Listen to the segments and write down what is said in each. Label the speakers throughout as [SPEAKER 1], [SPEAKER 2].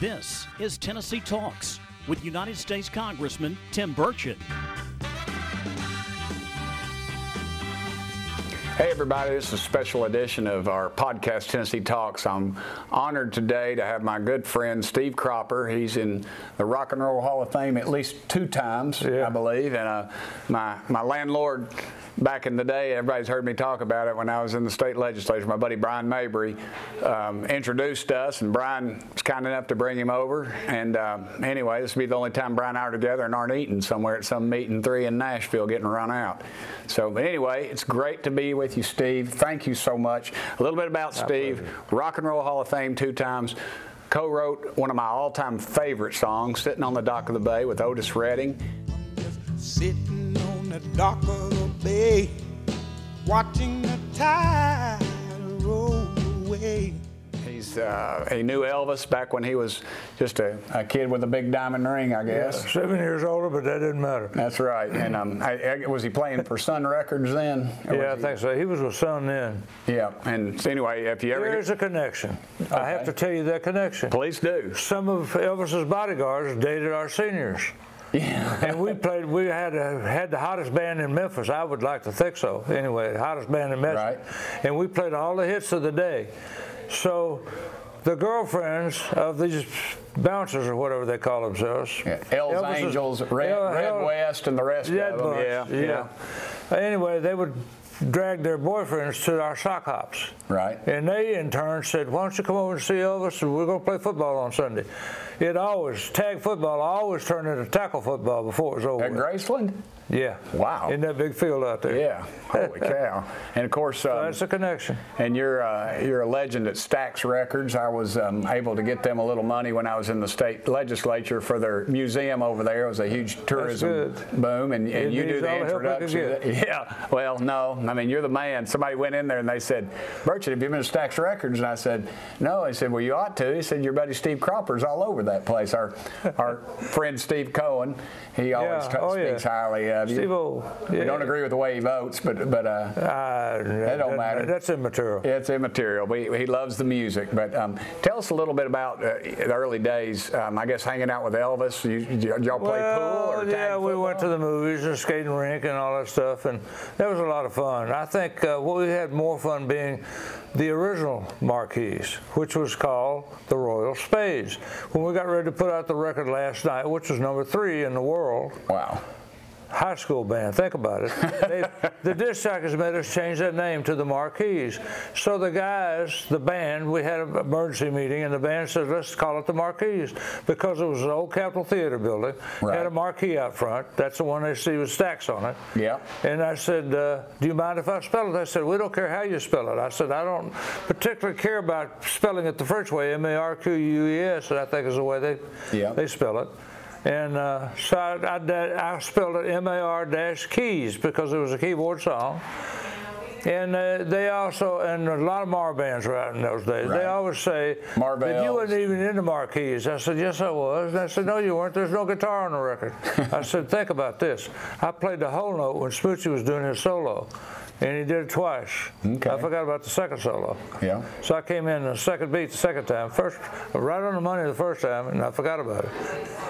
[SPEAKER 1] This is Tennessee Talks with United States Congressman Tim Burchin.
[SPEAKER 2] Hey, everybody, this is a special edition of our podcast, Tennessee Talks. I'm honored today to have my good friend Steve Cropper. He's in the Rock and Roll Hall of Fame at least two times, I believe. And uh, my, my landlord back in the day, everybody's heard me talk about it when I was in the state legislature. My buddy Brian Mabry um, introduced us, and Brian was kind enough to bring him over. And um, anyway, this will be the only time Brian and I are together and aren't eating somewhere at some meeting three in Nashville getting run out. So, but anyway, it's great to be with you, Steve. Thank you so much. A little bit about Steve, Rock and Roll Hall of Fame two times. Co wrote one of my all time favorite songs, Sitting on the Dock of the Bay, with Otis Redding.
[SPEAKER 3] Sitting on the dock of the bay, watching the tide roll away.
[SPEAKER 2] He's, uh, he knew Elvis back when he was just a, a kid with a big diamond ring, I guess.
[SPEAKER 4] Uh, Seven years older, but that didn't matter.
[SPEAKER 2] That's right. And um, I, I- was he playing for Sun Records then? Or
[SPEAKER 4] Yeah, I
[SPEAKER 2] was
[SPEAKER 4] think so. He was with Son then.
[SPEAKER 2] he- Yeah. And so anyway, if you ever,
[SPEAKER 4] There is a connection. I have
[SPEAKER 2] Okay.
[SPEAKER 4] to tell you that connection.
[SPEAKER 2] please do.
[SPEAKER 4] Some of Elvis's bodyguards dated our seniors.
[SPEAKER 2] Yeah.
[SPEAKER 4] And we played, we had uh, had the hottest band in Memphis. I would like to think so. Anyway, the hottest band in Memphis.
[SPEAKER 2] Right.
[SPEAKER 4] And we played all the hits of the day. So the girlfriends of these bouncers or whatever they call themselves.
[SPEAKER 2] Hell's
[SPEAKER 4] Elvis's-
[SPEAKER 2] Angels, Red,
[SPEAKER 4] El-
[SPEAKER 2] Red
[SPEAKER 4] El-
[SPEAKER 2] West, and the rest
[SPEAKER 4] Red
[SPEAKER 2] of them.
[SPEAKER 4] bunch,
[SPEAKER 2] Yeah, yeah.
[SPEAKER 4] Anyway, they would drag their boyfriends to our sock hops.
[SPEAKER 2] Right.
[SPEAKER 4] And they in turn said, Why don't you come over and see Elvis? And we're going to play football on Sunday. It always, tag football always turned into tackle football before it was over.
[SPEAKER 2] At
[SPEAKER 4] with.
[SPEAKER 2] Graceland?
[SPEAKER 4] Yeah.
[SPEAKER 2] Wow.
[SPEAKER 4] In that big field out there.
[SPEAKER 2] Yeah. Holy cow. And of course, um,
[SPEAKER 4] That's a connection.
[SPEAKER 2] And you're uh, you're a legend at Stax Records. I was um, able to get them a little money when I was in the state legislature for their museum over there. It was a huge tourism
[SPEAKER 4] good.
[SPEAKER 2] boom, and,
[SPEAKER 4] It
[SPEAKER 2] and you do
[SPEAKER 4] needs
[SPEAKER 2] the
[SPEAKER 4] all the help I can
[SPEAKER 2] introduction. Yeah. Well, no, I mean you're the man. Somebody went in there and they said, "Burchett, have you been to Stax Records?" And I said, "No." He said, "Well, you ought to." He said, "Your buddy Steve Cropper's all over that place. Our our friend Steve Cohen, he always
[SPEAKER 4] Yeah.
[SPEAKER 2] t-
[SPEAKER 4] Oh, yeah.
[SPEAKER 2] speaks highly of you.
[SPEAKER 4] Steve-O.
[SPEAKER 2] We
[SPEAKER 4] Yeah.
[SPEAKER 2] don't agree with the way he votes, but but uh,
[SPEAKER 4] Uh, that
[SPEAKER 2] don't matter.
[SPEAKER 4] That's immaterial.
[SPEAKER 2] yeah, it's immaterial. We, he loves the music. But um, tell us a little bit about uh, the early days. Um, I guess hanging out with Elvis. You, you, y'all play
[SPEAKER 4] well,
[SPEAKER 2] pool or tag
[SPEAKER 4] yeah, we went to
[SPEAKER 2] football?
[SPEAKER 4] the movies and skating rink and all that stuff, and that was a lot of fun. I think uh, we had more fun being the original Marquise, which was called the Royal Spades. When we got ready to put out the record last night, which was number three in the world,
[SPEAKER 2] Wow.
[SPEAKER 4] high school band. Think about it. They, the disc jockeys made us change that name to the Marquees. So the guys, the band, we had an emergency meeting, and the band said, "Let's call it the Marquees," because it was an old Capitol Theater building.
[SPEAKER 2] Right.
[SPEAKER 4] Had a marquee out front. That's the one they see with stacks on it.
[SPEAKER 2] Yeah.
[SPEAKER 4] And I said, uh, "Do you mind if I spell it?" They said, "We don't care how you spell it." I said, "I don't particularly care about spelling it the French way, M-A-R-Q-U-E-S, that E I think is the way they
[SPEAKER 2] Yeah.
[SPEAKER 4] they spell it." And uh, so I, I, did- I spelled it M-A-R-Keys because it was a keyboard song. And uh, they also, and a lot of Mar bands were out in those days.
[SPEAKER 2] Right.
[SPEAKER 4] They always say, that
[SPEAKER 2] Marvells.
[SPEAKER 4] you wasn't even in the Marquees. I said, yes, I was. And I said, no, you weren't. There's no guitar on the record. I said, think about this. I played the whole note when Smoochie was doing his solo, and he did it twice.
[SPEAKER 2] Okay.
[SPEAKER 4] I forgot about the second solo.
[SPEAKER 2] Yeah.
[SPEAKER 4] So I came in the second beat the second time. First, right on the money the first time, and I forgot about it.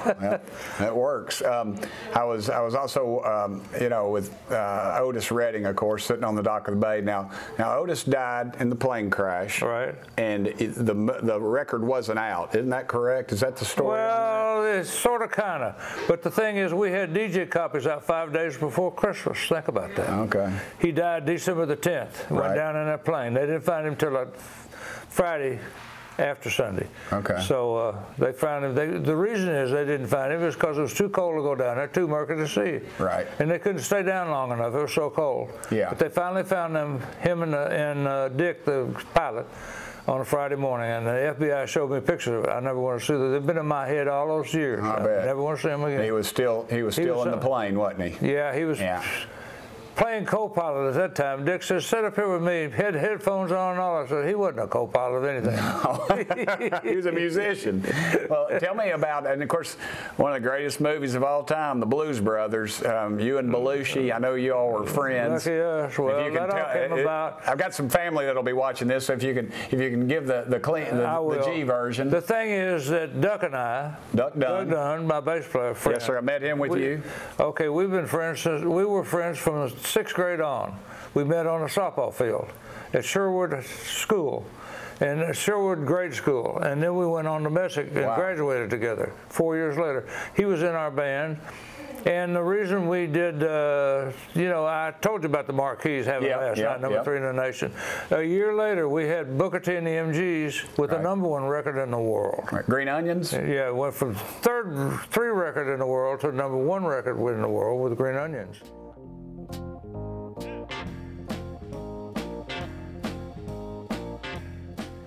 [SPEAKER 2] Well, that works. Um, I was I was also um, you know with uh, Otis Redding, of course, sitting on the dock of the bay. Now now Otis died in the plane crash.
[SPEAKER 4] Right.
[SPEAKER 2] And it, the the record wasn't out. Isn't that correct? Is that the story? on that?
[SPEAKER 4] Well, it's sort of, kind of. But the thing is, we had DJ copies out five days before Christmas. Think about that.
[SPEAKER 2] Okay.
[SPEAKER 4] He died December the 10th. Went
[SPEAKER 2] Right.
[SPEAKER 4] down in that plane. They didn't find him till like Friday after Sunday.
[SPEAKER 2] Okay.
[SPEAKER 4] So uh, they found him. They, the reason is they didn't find him is because it was too cold to go down there, too murky to see.
[SPEAKER 2] Right.
[SPEAKER 4] And they couldn't stay down long enough. It was so cold.
[SPEAKER 2] Yeah.
[SPEAKER 4] But they finally found him, him and, uh, and uh, Dick, the pilot. On a Friday morning, and the FBI showed me pictures of it. I never want to see them. They've been in my head all those years.
[SPEAKER 2] I bet.
[SPEAKER 4] never want to see them again.
[SPEAKER 2] He was still he was
[SPEAKER 4] He
[SPEAKER 2] still
[SPEAKER 4] was
[SPEAKER 2] in the
[SPEAKER 4] something.
[SPEAKER 2] plane, wasn't he?
[SPEAKER 4] Yeah, he was.
[SPEAKER 2] Yeah.
[SPEAKER 4] playing co-pilot at that time. Dick says, "Sit up here with me, had headphones on, and all." I said, "He wasn't a co-pilot of anything."
[SPEAKER 2] he was Oh. a musician. Well, tell me about, and of course, one of the greatest movies of all time, The Blues Brothers. Um, you and Belushi. I know you all were friends.
[SPEAKER 4] Lucky us.
[SPEAKER 2] If
[SPEAKER 4] Well,
[SPEAKER 2] you can
[SPEAKER 4] that all came
[SPEAKER 2] it-
[SPEAKER 4] about-
[SPEAKER 2] I've got some family that'll be watching this. So if you can, if you can give the the clean, the,
[SPEAKER 4] I
[SPEAKER 2] the
[SPEAKER 4] will.
[SPEAKER 2] G version.
[SPEAKER 4] The thing is that Duck and I,
[SPEAKER 2] Duck Dunn.
[SPEAKER 4] Doug Dunn, my bass player, friend.
[SPEAKER 2] Yes, sir. I met him with
[SPEAKER 4] We-
[SPEAKER 2] you.
[SPEAKER 4] Okay, we've been friends since we were friends from the sixth grade on. We met on a softball field at Sherwood School, and at Sherwood Grade School, and then we went on to Messick and
[SPEAKER 2] Wow.
[SPEAKER 4] graduated together. Four years later, he was in our band. And the reason we did, uh, you know, I told you about the Marquis having
[SPEAKER 2] Yeah,
[SPEAKER 4] last
[SPEAKER 2] yeah,
[SPEAKER 4] night, number
[SPEAKER 2] yeah.
[SPEAKER 4] three in the nation. A year later, we had Booker T and the MGs with the
[SPEAKER 2] Right.
[SPEAKER 4] number one record in the world.
[SPEAKER 2] Green Onions.
[SPEAKER 4] Yeah, it went from third, three record in the world to number one record in the world with Green Onions.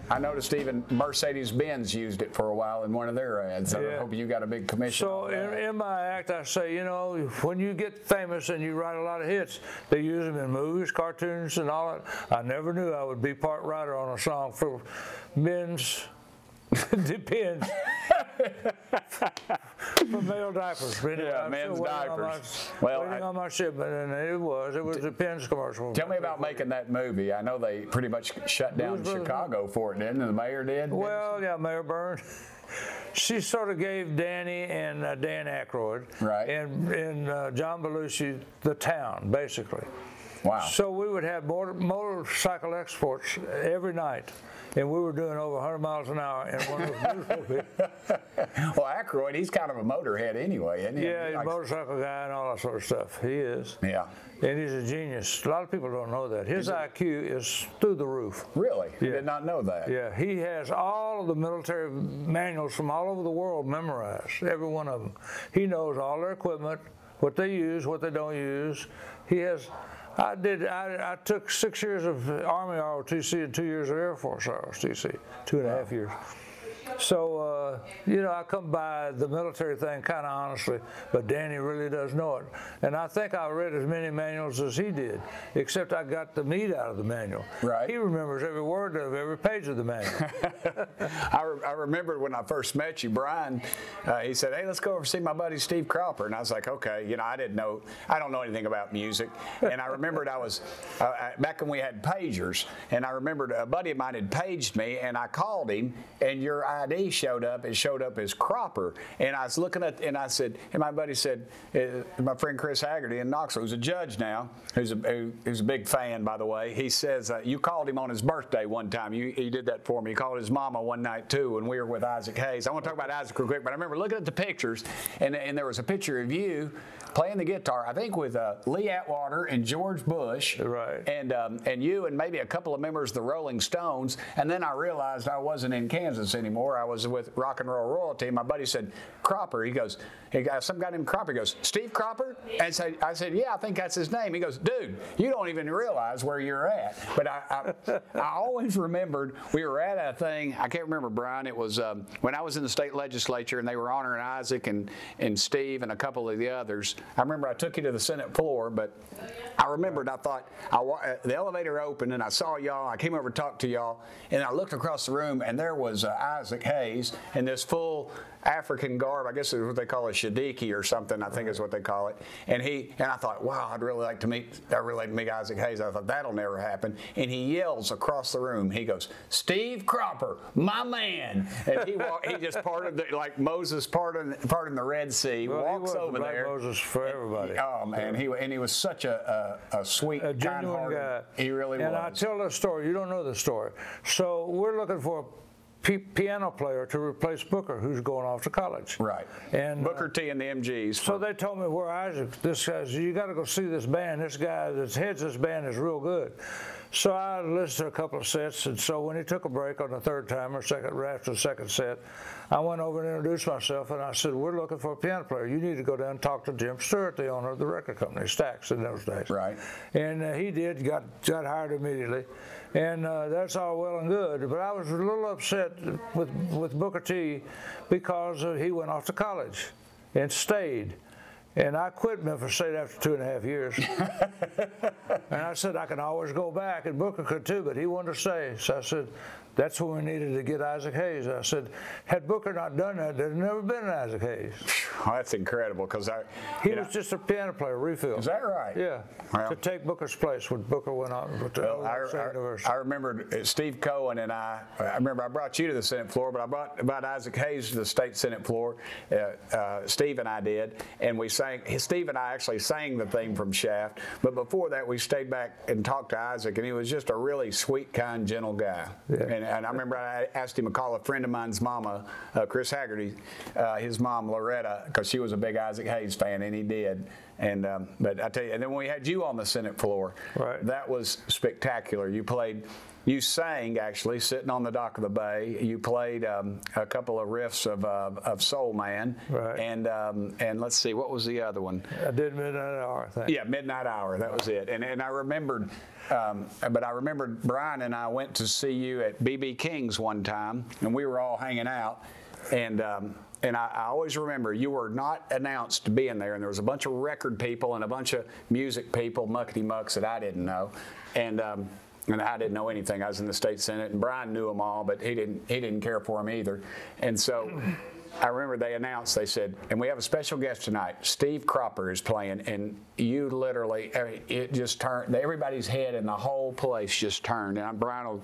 [SPEAKER 2] I noticed even Mercedes Benz used it for a while in one of their ads. So I
[SPEAKER 4] Yeah.
[SPEAKER 2] hope you got a big commission.
[SPEAKER 4] So
[SPEAKER 2] on that.
[SPEAKER 4] in, in my act, I say, you know, when you get famous and you write a lot of hits, they use them in movies, cartoons, and all that. I never knew I would be part writer on a song for men's depends. for male diapers. But anyway,
[SPEAKER 2] Yeah,
[SPEAKER 4] I'm
[SPEAKER 2] men's
[SPEAKER 4] still waiting on my-
[SPEAKER 2] diapers. Well,
[SPEAKER 4] waiting
[SPEAKER 2] I-
[SPEAKER 4] on my shipment, and it was it was a Penn's commercial.
[SPEAKER 2] Tell me about making that movie. I know they pretty much shut down
[SPEAKER 4] Blues Brothers.
[SPEAKER 2] Chicago for it, didn't they? The mayor did.
[SPEAKER 4] Well, yeah, Mayor Byrne. She sort of gave Danny and uh, Dan Aykroyd
[SPEAKER 2] Right.
[SPEAKER 4] and, and uh, John Belushi the town, basically.
[SPEAKER 2] wow.
[SPEAKER 4] So we would have motor, motorcycle exports every night, and we were doing over 100 miles an hour in one of those movies.
[SPEAKER 2] well, Aykroyd, he's kind of a motorhead anyway, isn't he?
[SPEAKER 4] Yeah, he's a
[SPEAKER 2] Like-
[SPEAKER 4] motorcycle guy and all that sort of stuff. He is.
[SPEAKER 2] Yeah.
[SPEAKER 4] And he's a genius. A lot of people don't know that. His IQ is through the roof.
[SPEAKER 2] Really? I
[SPEAKER 4] Yeah.
[SPEAKER 2] Did not know that.
[SPEAKER 4] Yeah, he has all of the military manuals from all over the world memorized, every one of them. He knows all their equipment, what they use, what they don't use. He has. I did. I, I took six years of Army ROTC and two years of Air Force ROTC, two and a half years. So uh, you know, I come by the military thing kind of honestly, but Danny really does know it, and I think I read as many manuals as he did, except I got the meat out of the manual.
[SPEAKER 2] Right.
[SPEAKER 4] He remembers every word of every page of the manual.
[SPEAKER 2] I, re- I remember when I first met you, Brian, uh, he said, Hey, let's go over and see my buddy Steve Cropper. And I was like, Okay, you know, I didn't know, I don't know anything about music. And I remembered I was, uh, I- back when we had pagers, and I remembered a buddy of mine had paged me, and I called him, and your ID showed up. It showed up as Cropper. And I was looking at, and I said, And my buddy said, uh, My friend Chris Haggerty in Knoxville, who's a judge now, who's a, who- who's a big fan, by the way, he says, uh, You called him on his birthday one time. You, he did that for me. He called his mama one night too when we were with Isaac Hayes. I want to talk about Isaac real quick, but I remember looking at the pictures, and, and there was a picture of you playing the guitar, I think with uh, Lee Atwater and George Bush,
[SPEAKER 4] Right.
[SPEAKER 2] And um, and you and maybe a couple of members of the Rolling Stones. And then I realized I wasn't in Kansas anymore. I was with Rock and Roll Royalty. My buddy said Cropper. He goes, he got some guy named Cropper. He goes, Steve Cropper. And so I said, Yeah, I think that's his name. He goes, Dude, you don't even realize where you're at. But I I, I always remembered we were at a thing. I can't remember Brian. It was um, when I was in the state legislature and they were honoring Isaac and and Steve and a couple of the others. I remember I took you to the Senate floor, but I remembered I thought I wa- uh, the elevator opened and I saw y'all. I came over to talk to y'all and I looked across the room and there was uh, Isaac Hayes in this full African garb. I guess is what they call a shadiki or something. I think is what they call it. And he and I thought, wow, I'd really like to meet. I really like to meet Isaac Hayes. I thought that'll never happen. And he yells across the room. He goes, Steve Cropper, my man. And he walked, he just parted the, like Moses parting parting the Red Sea.
[SPEAKER 4] Well, he
[SPEAKER 2] walks
[SPEAKER 4] was the
[SPEAKER 2] over
[SPEAKER 4] Black
[SPEAKER 2] there.
[SPEAKER 4] Moses for everybody.
[SPEAKER 2] Oh man, he and he was such a a, a sweet,
[SPEAKER 4] a genuine
[SPEAKER 2] kind-hearted.
[SPEAKER 4] guy.
[SPEAKER 2] He really
[SPEAKER 4] and
[SPEAKER 2] was.
[SPEAKER 4] I tell the story. You don't know the story. So we're looking for a pi- piano player to replace Booker, who's going off to college.
[SPEAKER 2] right.
[SPEAKER 4] And uh,
[SPEAKER 2] Booker T and the MGs.
[SPEAKER 4] So they told me where Isaac, this guy's, you got to go see this band. This guy that heads this band is real good. So I listened to a couple of sets, and so when he took a break on the third time or second, after the second set, I went over and introduced myself, and I said, "We're looking for a piano player. You need to go down and talk to Jim Stewart, the owner of the record company, Stax, in those days."
[SPEAKER 2] Right.
[SPEAKER 4] And uh, he did, got, got hired immediately. And uh, that's all well and good. But I was a little upset with, with Booker T because uh, he went off to college and stayed. And I quit Memphis State after two and a half years. and I said, I can always go back. And Booker could too, but he wanted to stay. So I said, that's when we needed to get Isaac Hayes. I said, had Booker not done that, there'd never been an Isaac Hayes.
[SPEAKER 2] Well, that's incredible because I.
[SPEAKER 4] He
[SPEAKER 2] you know,
[SPEAKER 4] was just a piano player, refill.
[SPEAKER 2] Is that right?
[SPEAKER 4] Yeah.
[SPEAKER 2] Well-
[SPEAKER 4] to take Booker's place when Booker went on with the
[SPEAKER 2] Well, I,
[SPEAKER 4] Ohio State University.
[SPEAKER 2] I, I remember uh, Steve Cohen and I. I remember I brought you to the Senate floor, but I brought about Isaac Hayes to the state Senate floor. Uh, uh, Steve and I did, and we sang. Steve and I actually sang the theme from Shaft. But before that, we stayed back and talked to Isaac, and he was just a really sweet, kind, gentle guy.
[SPEAKER 4] Yeah.
[SPEAKER 2] And, and I remember I asked him to call a friend of mine's mama, uh, Chris Haggerty, uh, his mom Loretta, because she was a big Isaac Hayes fan, and he did. And um, but I tell you, and then when we had you on the Senate floor,
[SPEAKER 4] Right.
[SPEAKER 2] that that was spectacular. You played, you sang actually, sitting on the dock of the bay. You played um, a couple of riffs of, uh, of Soul Man,
[SPEAKER 4] Right.
[SPEAKER 2] and um, and let's see, what was the other one?
[SPEAKER 4] I did midnight hour, I think.
[SPEAKER 2] Yeah, Midnight Hour. That was it. And and I remembered, um, but I remembered Brian and I went to see you at BB King's one time, and we were all hanging out, and. Um, and I, I always remember you were not announced to be in there, and there was a bunch of record people and a bunch of music people, muckety mucks that I didn't know, and um, and I didn't know anything. I was in the state senate, and Brian knew them all, but he didn't he didn't care for them either, and so I remember they announced, they said, and we have a special guest tonight. Steve Cropper is playing, and you literally, I mean, it just turned, everybody's head and the whole place just turned. And I'm Brian, will-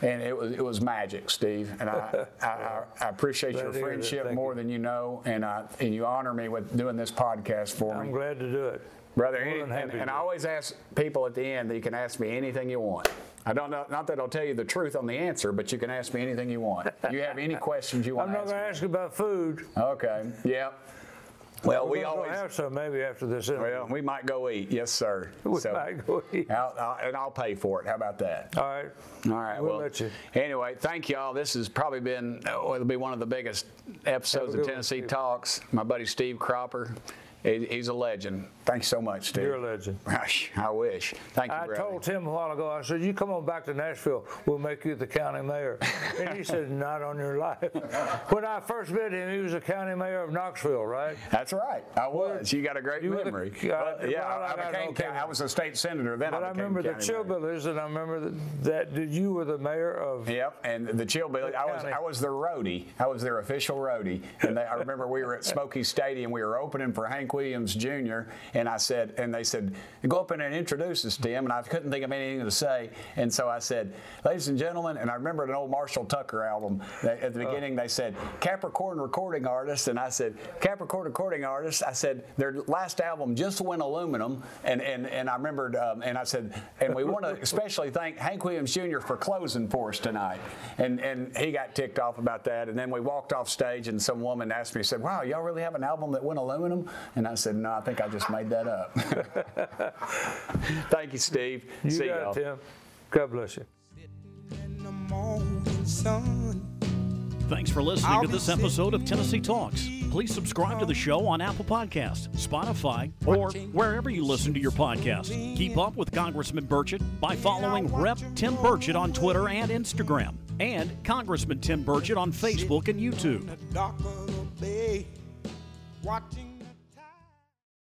[SPEAKER 2] and it was, it was magic, Steve. And I, I, I, I appreciate
[SPEAKER 4] Glad
[SPEAKER 2] your
[SPEAKER 4] to hear that.
[SPEAKER 2] friendship
[SPEAKER 4] Thank
[SPEAKER 2] more
[SPEAKER 4] you.
[SPEAKER 2] than you know, and, I, and you honor me with doing this podcast for
[SPEAKER 4] I'm
[SPEAKER 2] me.
[SPEAKER 4] glad to do it.
[SPEAKER 2] Brother,
[SPEAKER 4] More
[SPEAKER 2] any-
[SPEAKER 4] than
[SPEAKER 2] and,
[SPEAKER 4] happy
[SPEAKER 2] and
[SPEAKER 4] to.
[SPEAKER 2] I always ask people at the end that you can ask me anything you want. I don't know, not that I'll tell you the truth on the answer, but you can ask me anything you want. You have any questions you want
[SPEAKER 4] I'm
[SPEAKER 2] to
[SPEAKER 4] not
[SPEAKER 2] ask
[SPEAKER 4] going to
[SPEAKER 2] me.
[SPEAKER 4] ask you about food.
[SPEAKER 2] Okay. Yep. Well,
[SPEAKER 4] We're
[SPEAKER 2] we
[SPEAKER 4] gonna go
[SPEAKER 2] always.
[SPEAKER 4] have some maybe after this. interview.
[SPEAKER 2] Well, we might go eat. Yes, sir.
[SPEAKER 4] We might go eat.
[SPEAKER 2] I'll, I'll- and I'll pay for it. How about that?
[SPEAKER 4] All right.
[SPEAKER 2] All right.
[SPEAKER 4] We'll
[SPEAKER 2] well,
[SPEAKER 4] let you.
[SPEAKER 2] anyway, thank y'all. This has probably been oh, it'll be one of the biggest episodes
[SPEAKER 4] Have a
[SPEAKER 2] of
[SPEAKER 4] good one,
[SPEAKER 2] Tennessee
[SPEAKER 4] Steve.
[SPEAKER 2] Talks. My buddy Steve Cropper, he- he's a legend. Thanks so much, Steve.
[SPEAKER 4] You're a legend.
[SPEAKER 2] Gosh, I wish. Thank you,
[SPEAKER 4] I
[SPEAKER 2] brother.
[SPEAKER 4] told Tim a while ago, I said, you come on back to Nashville, we'll make you the county mayor. And he said, not on your life. When I first met him, he was the county mayor of Knoxville, right?
[SPEAKER 2] That's right. I was. You got a great
[SPEAKER 4] You were the-
[SPEAKER 2] memory.
[SPEAKER 4] uh,
[SPEAKER 2] But, yeah,
[SPEAKER 4] well,
[SPEAKER 2] I,
[SPEAKER 4] I got
[SPEAKER 2] became.
[SPEAKER 4] no county.
[SPEAKER 2] county- I was a state senator then.
[SPEAKER 4] But I
[SPEAKER 2] became
[SPEAKER 4] remember the
[SPEAKER 2] county mayor.
[SPEAKER 4] Chillbillies, and I remember that, that you were the mayor of,
[SPEAKER 2] Yep, and the chill bill. I was
[SPEAKER 4] county.
[SPEAKER 2] I was their roadie. I was their official roadie, and they, I remember we were at Smoky Stadium. We were opening for Hank Williams Jr. And I said, and they said, go up in there and introduce us, Tim. And I couldn't think of anything to say, and so I said, ladies and gentlemen. And I remembered an old Marshall Tucker album. That at the beginning, they said Capricorn recording artist, and I said Capricorn recording artist. I said their last album just went aluminum, and and and I remembered, um, and I said, and we want to especially thank Hank Williams Jr. for closing for us tonight. And and he got ticked off about that. And then we walked off stage, and some woman asked me, said, "Wow, y'all really have an album that went aluminum?" And I said, "No, I think I just made that up." Thank you, Steve.
[SPEAKER 4] you
[SPEAKER 2] See
[SPEAKER 4] got
[SPEAKER 2] y'all.
[SPEAKER 4] it, Tim. God bless you.
[SPEAKER 3] in the morning sun.
[SPEAKER 1] Thanks for listening to this episode of Tennessee Talks. Please subscribe to the show on Apple Podcasts, Spotify, or wherever you listen to your podcasts. Keep up with Congressman Burchett by following Rep. Tim Burchett on Twitter and Instagram, and Congressman Tim Burchett on Facebook and YouTube.
[SPEAKER 3] In the dark of the bay, watching